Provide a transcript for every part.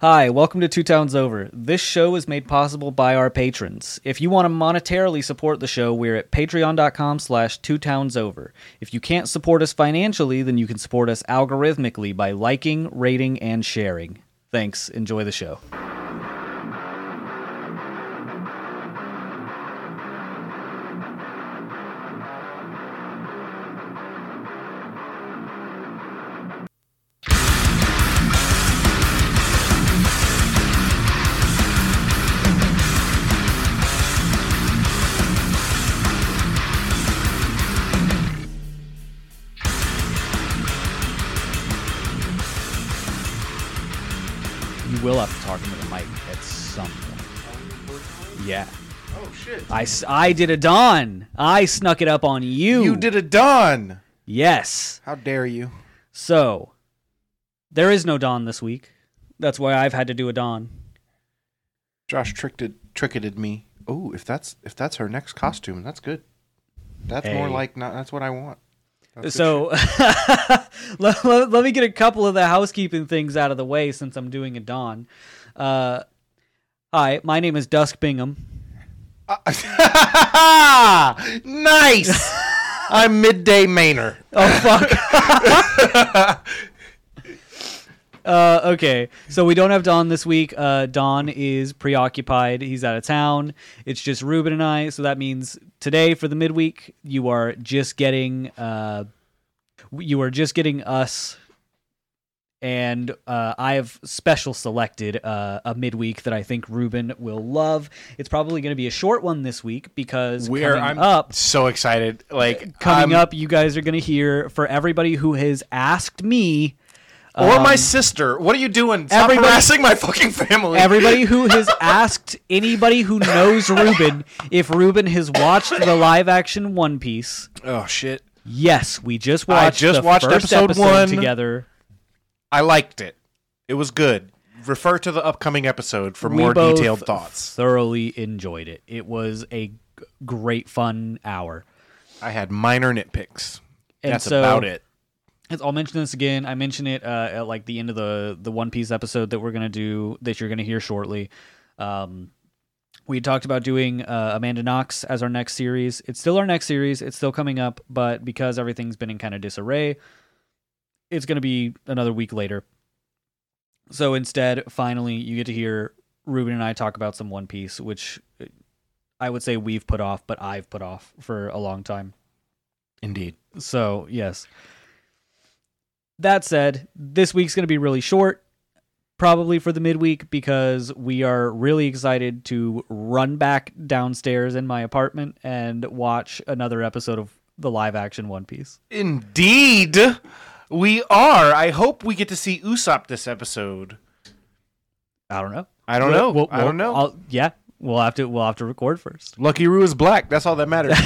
Hi, welcome to Two Towns Over. This show is made possible by our patrons. If you want to monetarily support the show, we're at patreon.com slash two towns over. If you can't support us financially, then you can support us algorithmically by liking, rating, and sharing. Thanks. Enjoy the show. You will have to talk into the mic at some point. Yeah. Oh shit! I, s- I did a Don. I snuck it up on you. You did a Don. Yes. How dare you? So, there is no Don this week. That's why I've had to do a Don. Josh tricked tricketed me. Oh, if that's if that's her next costume, that's good. That's more Hey. like not. That's what I want. That's good so, let, let- let me get a couple of the housekeeping things out of the way since I'm doing a Don. Uh, hi, my name is Dusk Bingham. shit. nice. I'm midday Mainer. Oh fuck. uh, okay, so we don't have Don this week. Uh, Don is preoccupied; he's out of town. It's just Ruben and I. So that means today for the midweek, you are just getting, uh, you are just getting us. And uh, I have special selected uh, a midweek that I think Ruben will love. It's probably going to be a short one this week because Where coming I'm up, so excited. Like coming I'm- up you guys are going to hear for everybody who has asked me or my sister. What are you doing? Stop um, everybody- harassing my fucking family. everybody who has asked anybody who knows Ruben if Ruben has watched the live action One Piece. oh shit! Yes, we just watched just the watched first episode one. together. I liked it. It was good. Refer to the upcoming episode for We more both detailed thoughts. Thoroughly enjoyed it. It was a g- great fun hour. I had minor nitpicks. And That's so- about it. It's- I'll mention this again. I mention it uh, at like the end of the the One Piece episode that we're gonna do that you're gonna hear shortly. Um, we had talked about doing uh, Amanda Knox as our next series. It's still our next series. It's still coming up, but because everything's been in kind of disarray, it's gonna be another week later. So instead, finally, you get to hear Ruben and I talk about some One Piece, which uh, I would say we've put off, but I've put off for a long time. Indeed. So, yes. That said, this week's going to be really short, probably for the midweek, because we are really excited to run back downstairs in my apartment and watch another episode of the live action One Piece. Indeed. We are. I hope we get to see Usopp this episode. I don't know. I don't know. I don't know. I'll- yeah, we'll have to we'll have to record first. Lucky Roo is black. That's all that matters.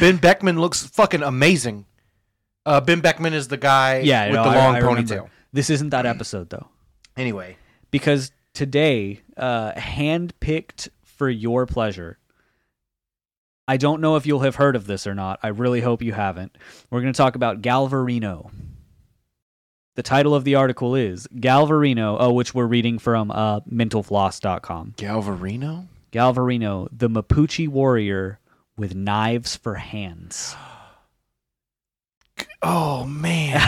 ben Beckman looks fucking amazing. Uh, ben Beckman is the guy Yeah, with no, the I- long I remember. ponytail. This isn't that episode though. Anyway, because today, uh, handpicked for your pleasure. I don't know if you'll have heard of this or not. I really hope you haven't. We're going to talk about Galvarino. The title of the article is Galvarino, oh, which we're reading from uh, mentalfloss.com. Galvarino? Galvarino, the Mapuche warrior with knives for hands. Oh man,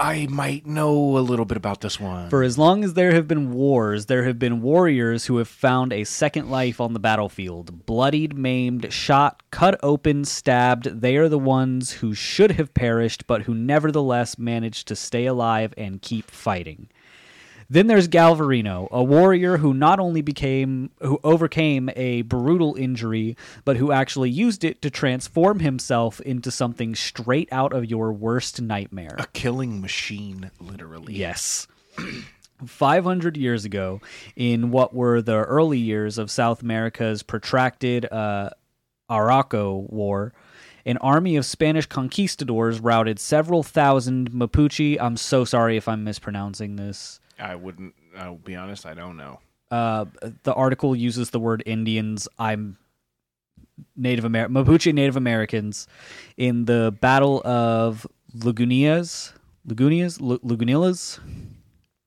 I might know a little bit about this one. For as long as there have been wars, there have been warriors who have found a second life on the battlefield. Bloodied, maimed, shot, cut open, stabbed, they are the ones who should have perished, but who nevertheless managed to stay alive and keep fighting. Then there's Galvarino, a warrior who not only became who overcame a brutal injury, but who actually used it to transform himself into something straight out of your worst nightmare. a killing machine, literally. Yes. 500 years ago, in what were the early years of South America's protracted uh, Arauco War, an army of Spanish conquistadors routed several thousand Mapuche. I'm so sorry if I'm mispronouncing this. I wouldn't. I'll be honest. I don't know. Uh, the article uses the word Indians. I'm Native American, Mapuche Native Americans in the Battle of Lagunitas. Lagunias, L- Lagunillas,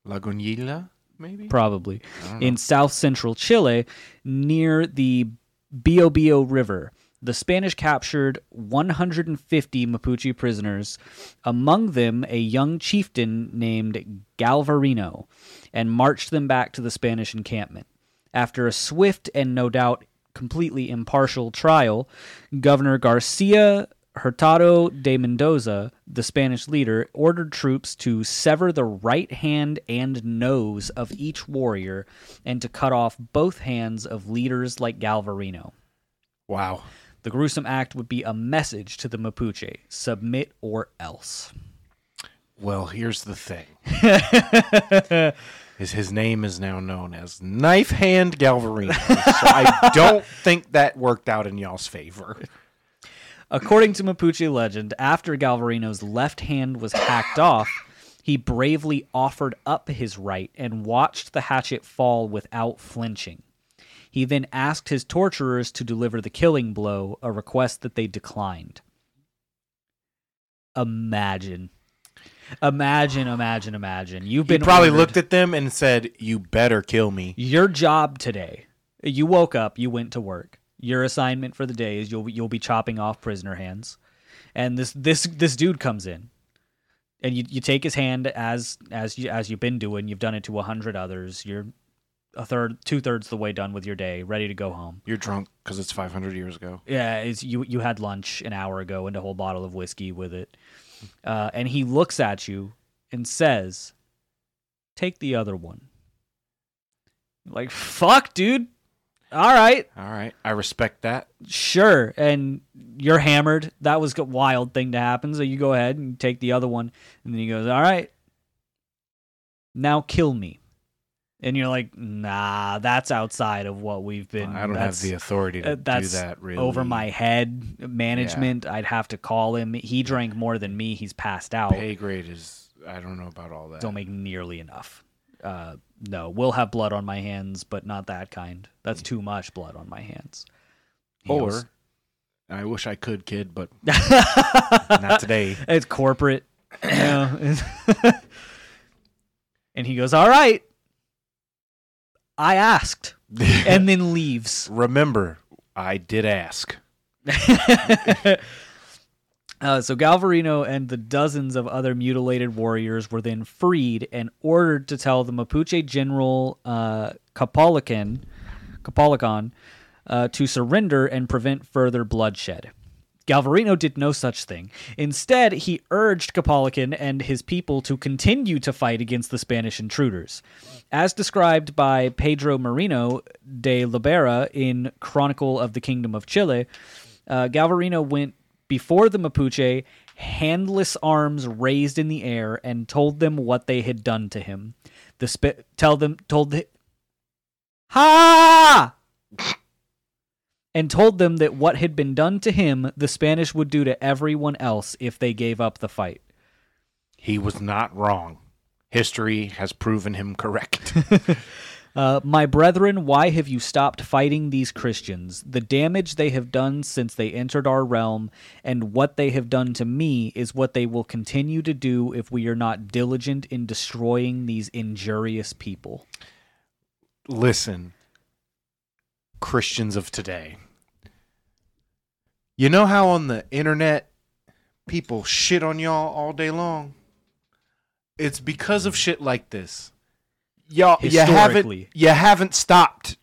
Lagunilla, maybe? probably I don't know. in south central Chile near the Biobío River. The Spanish captured 150 Mapuche prisoners, among them a young chieftain named Galvarino, and marched them back to the Spanish encampment. After a swift and no doubt completely impartial trial, Governor Garcia Hurtado de Mendoza, the Spanish leader, ordered troops to sever the right hand and nose of each warrior and to cut off both hands of leaders like Galvarino. wow. The gruesome act would be a message to the Mapuche submit or else. Well, here's the thing. is his name is now known as Knife Hand Galvarino. so I don't think that worked out in y'all's favor. According to Mapuche legend, after Galvarino's left hand was hacked off, he bravely offered up his right and watched the hatchet fall without flinching. He then asked his torturers to deliver the killing blow, a request that they declined. Imagine. Imagine, imagine, imagine. You've He been probably ordered- looked at them and said, "You better kill me." your job today. You woke up, you went to work. Your assignment for the day is you'll you'll be chopping off prisoner hands. And this this this dude comes in. And you, you take his hand as as you as you've been doing, you've done it to a hundred others. You're a third two thirds the way done with your day, ready to go home. You're drunk because it's 500 years ago. Yeah, it's, you you had lunch an hour ago and a whole bottle of whiskey with it. Uh, and he looks at you and says, "Take the other one." Like fuck, dude. All right, All right, I respect that. sure. And you're hammered. That was a wild thing to happen. So you go ahead and take the other one, and then he goes, "All right, now kill me." And you're like, "Nah, that's outside of what we've been." I don't have that's- the authority to uh, do that's that. Really, over my head management i'd have to call him he drank more than me he's passed out pay grade is. I don't know about all that. don't make nearly enough uh, no we'll have blood on my hands but not that kind that's too much blood on my hands He or, goes- I wish I could, kid, but not today. it's corporate you know. and he goes all right i asked and then leaves Remember, I did ask. Uh, so Galvarino and the dozens of other mutilated warriors were then freed and ordered to tell the Mapuche general uh, Kapolican, Kapolicon, uh, to surrender and prevent further bloodshed. Galvarino did no such thing. Instead, he urged Kapolican and his people to continue to fight against the Spanish intruders. As described by Pedro Marino de Libera in Chronicle of the Kingdom of Chile, uh, Galvarino went before the Mapuche, handless arms raised in the air, and told them what they had done to him. The sp- tell them told the- ha and told them that what had been done to him the Spanish would do to everyone else if they gave up the fight. He was not wrong. History has proven him correct. Uh, my brethren, why have you stopped fighting these Christians? The damage they have done since they entered our realm, and what they have done to me, is what they will continue to do if we are not diligent in destroying these injurious people. Listen, Christians of today. You know how on the internet people shit on y'all all day long? It's because of shit like this. Y'all you haven't Historically. you haven't stopped.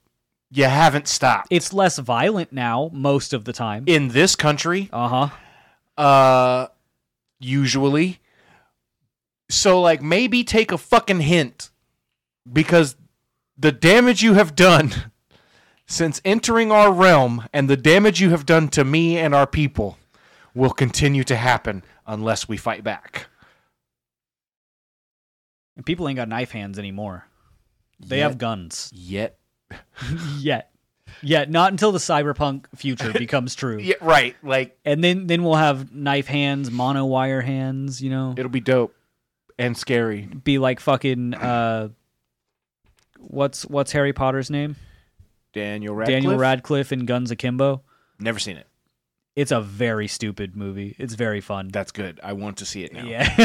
You haven't stopped. It's less violent now, most of the time. in this country, Uh huh. uh usually. So like maybe take a fucking hint because the damage you have done since entering our realm and the damage you have done to me and our people will continue to happen unless we fight back. And people ain't got knife hands anymore. They have guns. Yet Yet. Yet, not until the cyberpunk future becomes true. yeah, right, like And then, then we'll have knife hands, mono wire hands, you know? it'll be dope and scary. be like fucking uh what's what's Harry Potter's name? Daniel Radcliffe. Daniel Radcliffe in Guns Akimbo. Never seen it. It's a very stupid movie. It's very fun. That's good. I want to see it now. Yeah.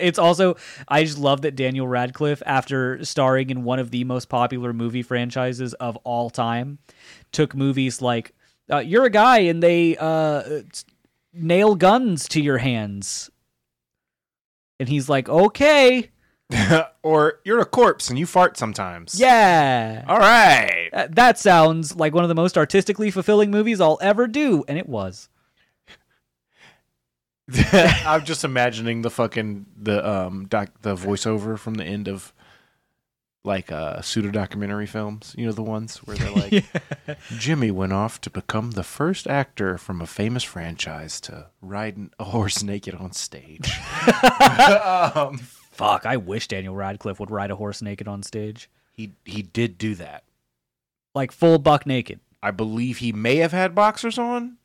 it's also I just love that Daniel Radcliffe after starring in one of the most popular movie franchises of all time took movies like uh, you're a guy and they uh s- nail guns to your hands. And he's like, "Okay. or you're a corpse and you fart sometimes. Yeah. All right. Uh, That sounds like one of the most artistically fulfilling movies I'll ever do." And it was. I'm just imagining the fucking the um doc the voiceover from the end of like uh pseudo documentary films. You know the ones where they're like Jimmy went off to become the first actor from a famous franchise to ride an- a horse naked on stage. um, Fuck, I wish Daniel Radcliffe would ride a horse naked on stage. he he did do that. Like full buck naked. I believe he may have had boxers on,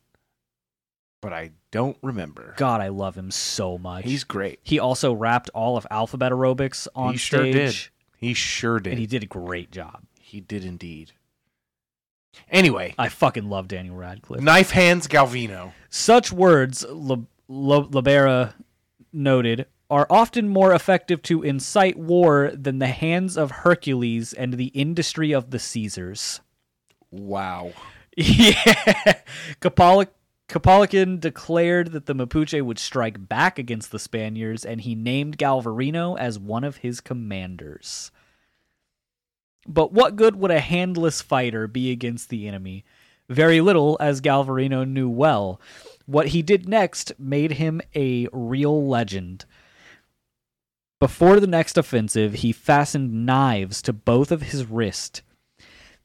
but I don't remember. God, I love him so much. He's great. He also rapped all of alphabet aerobics on he sure stage. did. He sure did. And he He, did a great job. did indeed. Anyway, I fucking love Daniel Radcliffe. knife hands Galvino. Such words, La- La- Labera noted, are often more effective to incite war than the hands of Hercules and the industry of the Caesars. Wow. yeah. Kapalik. Kapolican declared that the Mapuche would strike back against the Spaniards, and he named Galvarino as one of his commanders. But what good would a handless fighter be against the enemy? Very little, as Galvarino knew well. What he did next made him a real legend. Before the next offensive, he fastened knives to both of his wrists.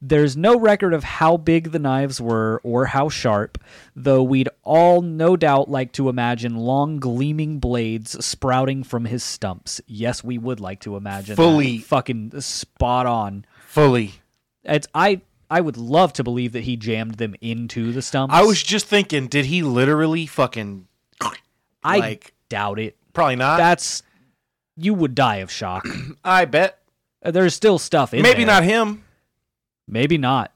There's no record of how big the knives were or how sharp, though we'd all no doubt like to imagine long, gleaming blades sprouting from his stumps. Yes, we would like to imagine. that. Fully. Fucking spot on. Fully. It's I I would love to believe that he jammed them into the stumps. I was just thinking, did he literally fucking I like- doubt it. probably not? That's you would die of shock. I bet. Uh, There's still stuff in Maybe there. not him. Maybe not.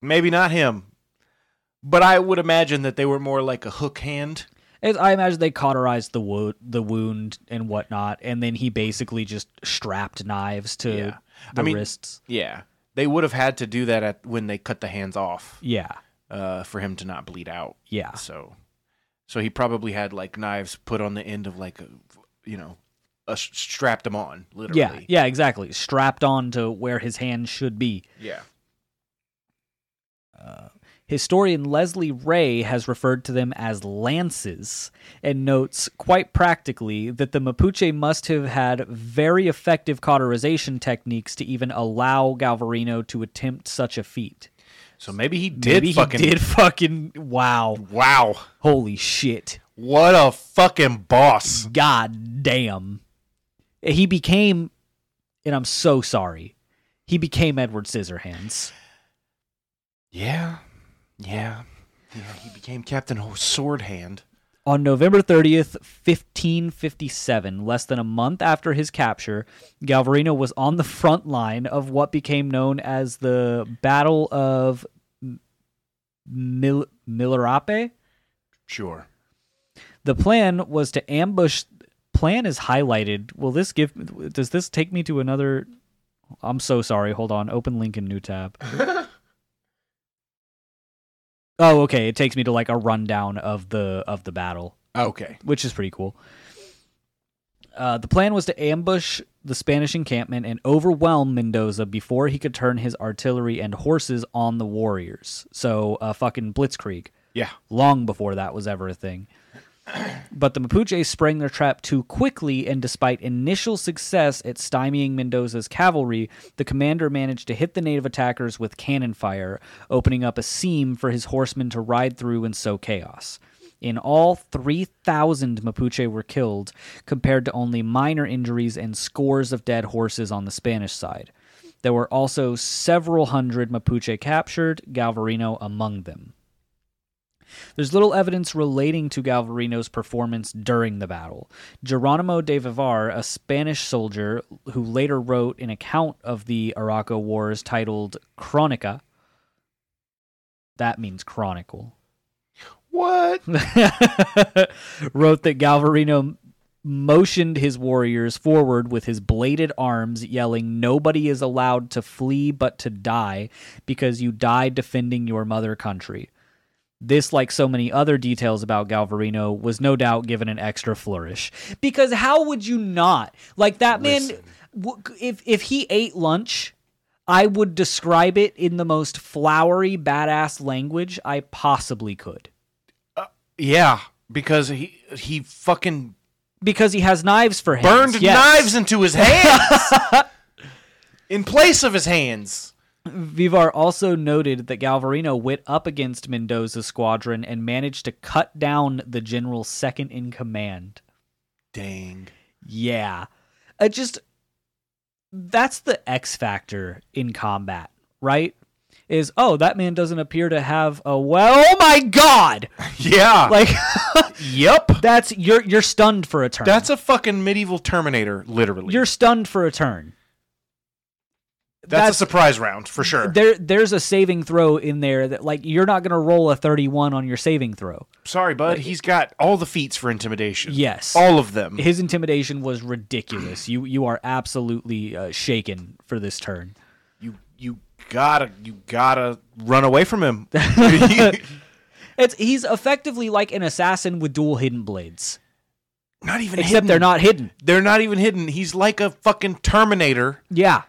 Maybe not him. But I would imagine that they were more like a hook hand. As I imagine they cauterized the wo- the wound and whatnot, and then he basically just strapped knives to Yeah. the I mean- wrists. Yeah. They would have had to do that at, when they cut the hands off Yeah, uh, for him to not bleed out. yeah. So, so he probably had like knives put on the end of like, a, you know, a, strapped them on Yeah, literally. yeah, exactly. Strapped on to where his hand should be. Yeah. Historian Leslie Ray has referred to them as lances and notes quite practically that the Mapuche must have had very effective cauterization techniques to even allow Galvarino to attempt such a feat. So maybe he did Maybe he fucking. did fucking wow. Wow. Holy shit. What a fucking boss. God damn. He became and I'm so sorry. He became Edward Scissorhands. Yeah. Yeah. Yeah. He became Captain Ho- Sword Hand. On November 30th, 1557, less than a month after his capture, Galvarino was on the front line of what became known as the Battle of M- Mil- Milarape. Sure. The plan was to ambush. Plan is highlighted. Will this give? Does this take me to another? I'm so sorry. Hold on. Open link in new tab. oh, okay. It takes me to like a rundown of the of the battle Okay. which is pretty cool. Uh, the plan was to ambush the Spanish encampment and overwhelm Mendoza before he could turn his artillery and horses on the warriors. So, uh, fucking blitzkrieg. Yeah. Long before that was ever a thing. But the Mapuche sprang their trap too quickly, and despite initial success at stymieing Mendoza's cavalry, the commander managed to hit the native attackers with cannon fire, opening up a seam for his horsemen to ride through and sow chaos. In all, 3,000 Mapuche were killed, compared to only minor injuries and scores of dead horses on the Spanish side. There were also several hundred Mapuche captured, Galvarino among them. There's little evidence relating to Galvarino's performance during the battle. Geronimo de Vivar, a Spanish soldier who later wrote an account of the Araco Wars titled Chronica, that means chronicle. What? wrote that Galvarino motioned his warriors forward with his bladed arms, yelling, Nobody is allowed to flee but to die because you died defending your mother country. This, like so many other details about Galvarino, was no doubt given an extra flourish. Because how would you not? Like that man, w- if, if he ate lunch, I would describe it in the most flowery, badass language I possibly could. Yeah, because he he fucking because he has knives for hands. burned Yes. knives into his hands in place of his hands. Vivar also noted that Galvarino went up against Mendoza's squadron and managed to cut down the general's second in command. Dang. Yeah. I just that's the X factor in combat, right? Is oh, that man doesn't appear to have a well oh my god. Yeah. Like yep. that's you're you're stunned for a turn. That's a fucking medieval Terminator, literally. you're stunned for a turn. that's, a surprise round for sure. there there's a saving throw in there that like you're not going to roll a 31 on your saving throw. Sorry, bud. He's got all the feats for intimidation. Yes. All of them. His intimidation was ridiculous. You you are absolutely uh, shaken for this turn. You you gotta you gotta run away from him. Not It's he's effectively like an assassin with dual hidden blades, even except hidden. they're not hidden. They're not even hidden. He's like a fucking Terminator Yeah.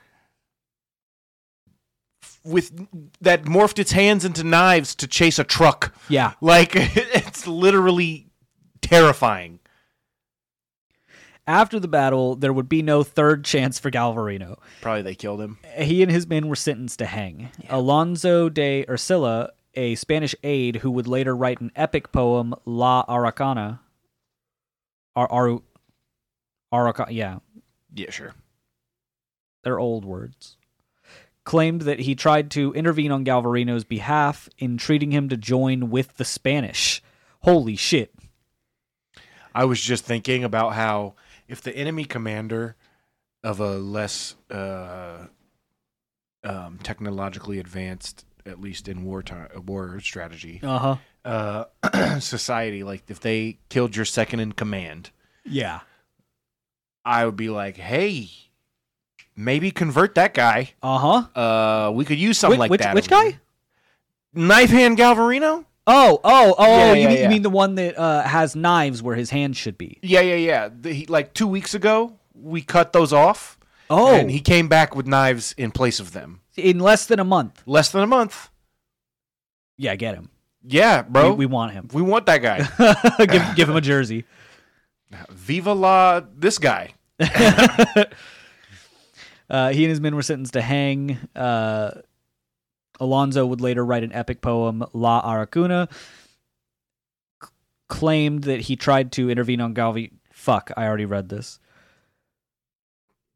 with that morphed its hands into knives to chase a truck. Yeah. Like it's literally terrifying. After the battle, there would be no third chance for Galvarino. Probably they killed him. he and his men were sentenced to hang. Alonso de Ursila, a Spanish aide who would later write an epic poem, La Araucana, Ar- Ar- Arauca- yeah, Yeah, sure. they're old words, claimed that he tried to intervene on Galvarino's behalf, entreating him to join with the Spanish. Holy shit. I was just thinking about how if the enemy commander of a less uh, um, technologically advanced, at least in wartime war strategy, Uh huh. uh, society, like if they killed your second in command, Yeah. I would be like, hey, maybe convert that guy. Uh huh. Uh, we could use something like which, that. which over guy? here." Knife Hand Galvarino? Oh, oh, oh! Yeah, you, yeah, mean, you yeah. mean the one that uh, has knives where his hand should be? Yeah, yeah, yeah. The, he, like two weeks ago, we cut those off. Oh, And he came back with knives in place of them. in less than a month. Less than a month. Yeah, get him. Yeah, We, bro. we We, want him. want that guy. give, give him a jersey. Viva la this guy. Uh, he and his men were sentenced to hang. Uh, Alonso would later write an epic poem, La Aracuna, c- claimed that he tried to intervene on Galvi. Fuck, I already read this.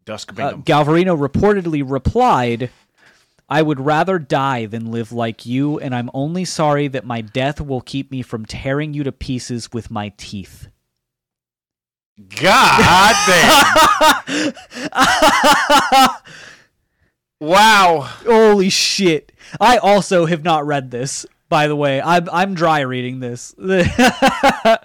Dusk Uh, Bingham. Galvarino reportedly replied, I would rather die than live like you, and I'm only sorry that my death will keep me from tearing you to pieces with my teeth. God damn. wow. Holy shit. I also have not read this, by the way. I'm, I'm dry reading this. I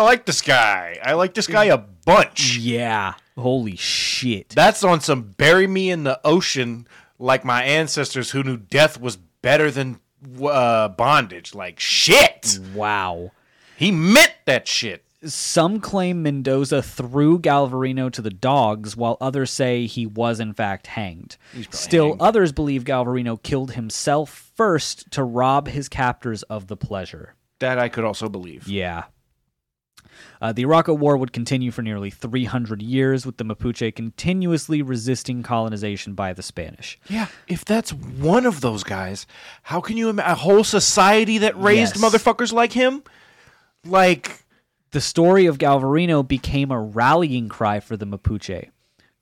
like this guy. I like this guy a bunch. yeah. Holy shit. That's on some bury me in the ocean like my ancestors who knew death was better than uh, bondage. Like shit. Wow. He meant that shit. Some claim Mendoza threw Galvarino to the dogs, while others say he was in fact hanged. Still, others believe Galvarino killed himself first to rob his captors of the pleasure. That I could also believe. Yeah. Uh, the Iraqi War would continue for nearly 300 years, with the Mapuche continuously resisting colonization by the Spanish. Yeah, if that's one of those guys, how can you imagine a whole society that raised Yes. motherfuckers like him? Like, The story of Galvarino became a rallying cry for the Mapuche.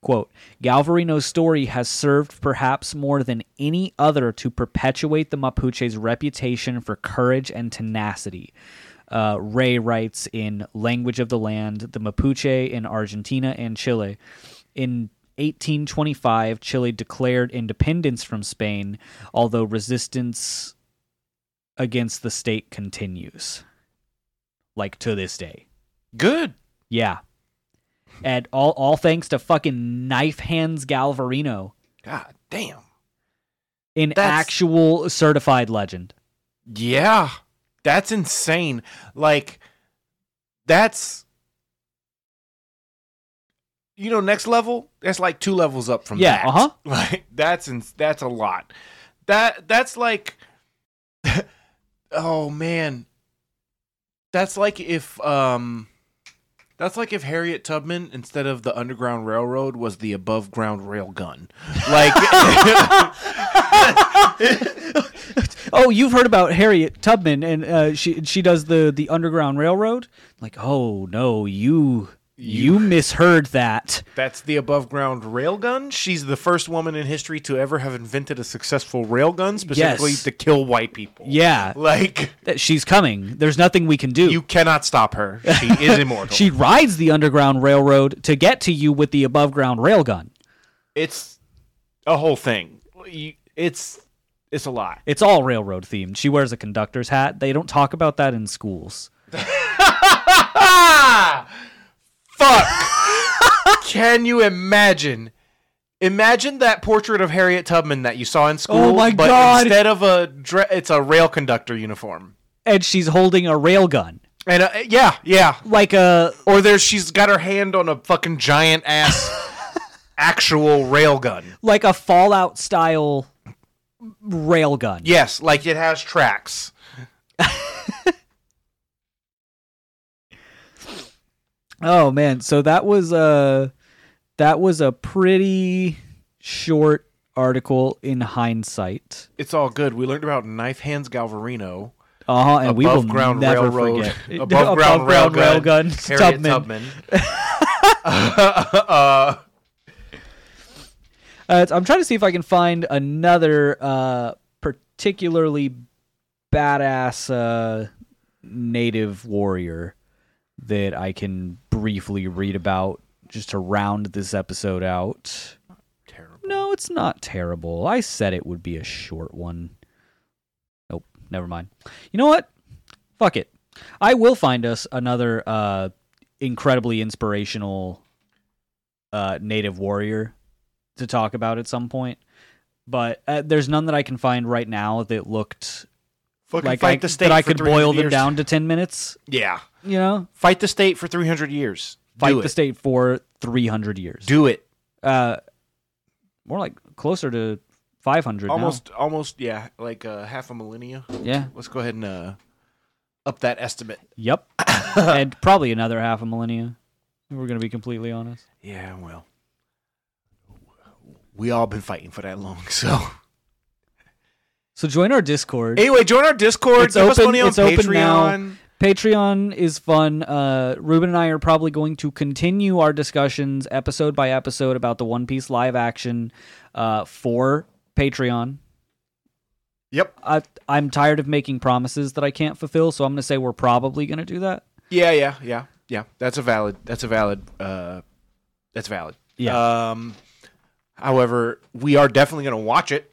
Quote, Galvarino's story has served perhaps more than any other to perpetuate the Mapuche's reputation for courage and tenacity. Uh, Ray writes in Language of the Land, the Mapuche in Argentina and Chile. In 1825, Chile declared independence from Spain, although resistance against the state continues. like to this day. Good. Yeah. And all all thanks to fucking knife hands Galvarino, God damn. an That's- actual certified legend. Yeah. That's insane. Like that's you know, next level, that's like two levels up from Yeah, that. uh-huh. Like that's in, that's a lot. That that's like oh man. That's like if um that's like if Harriet Tubman instead of the Underground Railroad was the above ground rail gun. Like Oh, you've heard about Harriet Tubman and uh, she she does the the Underground Railroad? Like, oh no, you you misheard that. That's the above ground railgun. She's the first woman in history to ever have invented a successful railgun, specifically Yes. to kill white people. Yeah, Like, that she's coming. There's nothing we can do. you cannot stop her. She is immortal. she rides the Underground Railroad to get to you with the above ground railgun. it's a whole thing. You- It's it's a lot. It's all railroad themed. She wears a conductor's hat. They don't talk about that in schools. Ah! Fuck! Can you imagine? Imagine that portrait of Harriet Tubman that you saw in school. Oh my but God. Instead of a, dre- it's a rail conductor uniform. And she's holding a railgun. And uh, yeah, yeah, Like a Or there's she's got her hand on a fucking giant ass actual railgun. like a Fallout style railgun. Yes, like it has tracks. Oh man, so that was a that was a pretty short article in hindsight. It's all good. We learned about knife hands Galvarino, Uh huh. And we will above ground never railroad, forget above ground railgun, railgun. Harriet Tubman. Tubman. uh, Uh, it's- I'm trying to see if I can find another uh, particularly badass uh, native warrior that I can briefly read about just to round this episode out. terrible. No, it's not terrible. I said it would be a short one. Nope, never mind. You know what? Fuck it. I will find us another uh, incredibly inspirational uh, native warrior to talk about at some point. But uh, there's none that I can find right now that looked Fucking like I, fight the state that I for could 300 boil them years. down to ten minutes. Yeah, You know, fight the state for 300 years. fight Do the it. state for three hundred years. Do it. uh, more like closer to five hundred. Almost, almost. Yeah, like uh, half a millennia. Yeah. Let's go ahead and uh, up that estimate. Yep. and probably another half a millennia. if We're gonna be completely honest. Yeah, well, we all been fighting for that long. So So join our Discord. anyway, join our Discord. It's give us open- money on it's open now. Patreon. Patreon is fun. Uh, Ruben and I are probably going to continue our discussions episode by episode about the One Piece live action uh, for Patreon. Yep. I, I'm tired of making promises that I can't fulfill, so I'm going to say we're probably going to do that. Yeah, yeah, yeah, yeah. That's a valid. That's a valid. Uh, that's valid. Yeah. Um, however, we are definitely gonna watch it.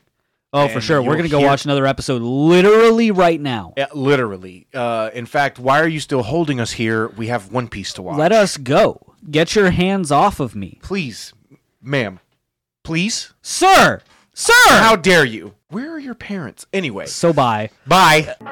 Oh, for And sure. We're you'll going to go hear- watch another episode literally right now. Yeah, eh, literally. Uh, in fact, why are you still holding us here? We have One Piece to watch. Let us go. Get your hands off of me. please, ma'am. Please. Sir! Sir! How dare you? Where are your parents? Anyway. So bye. Bye.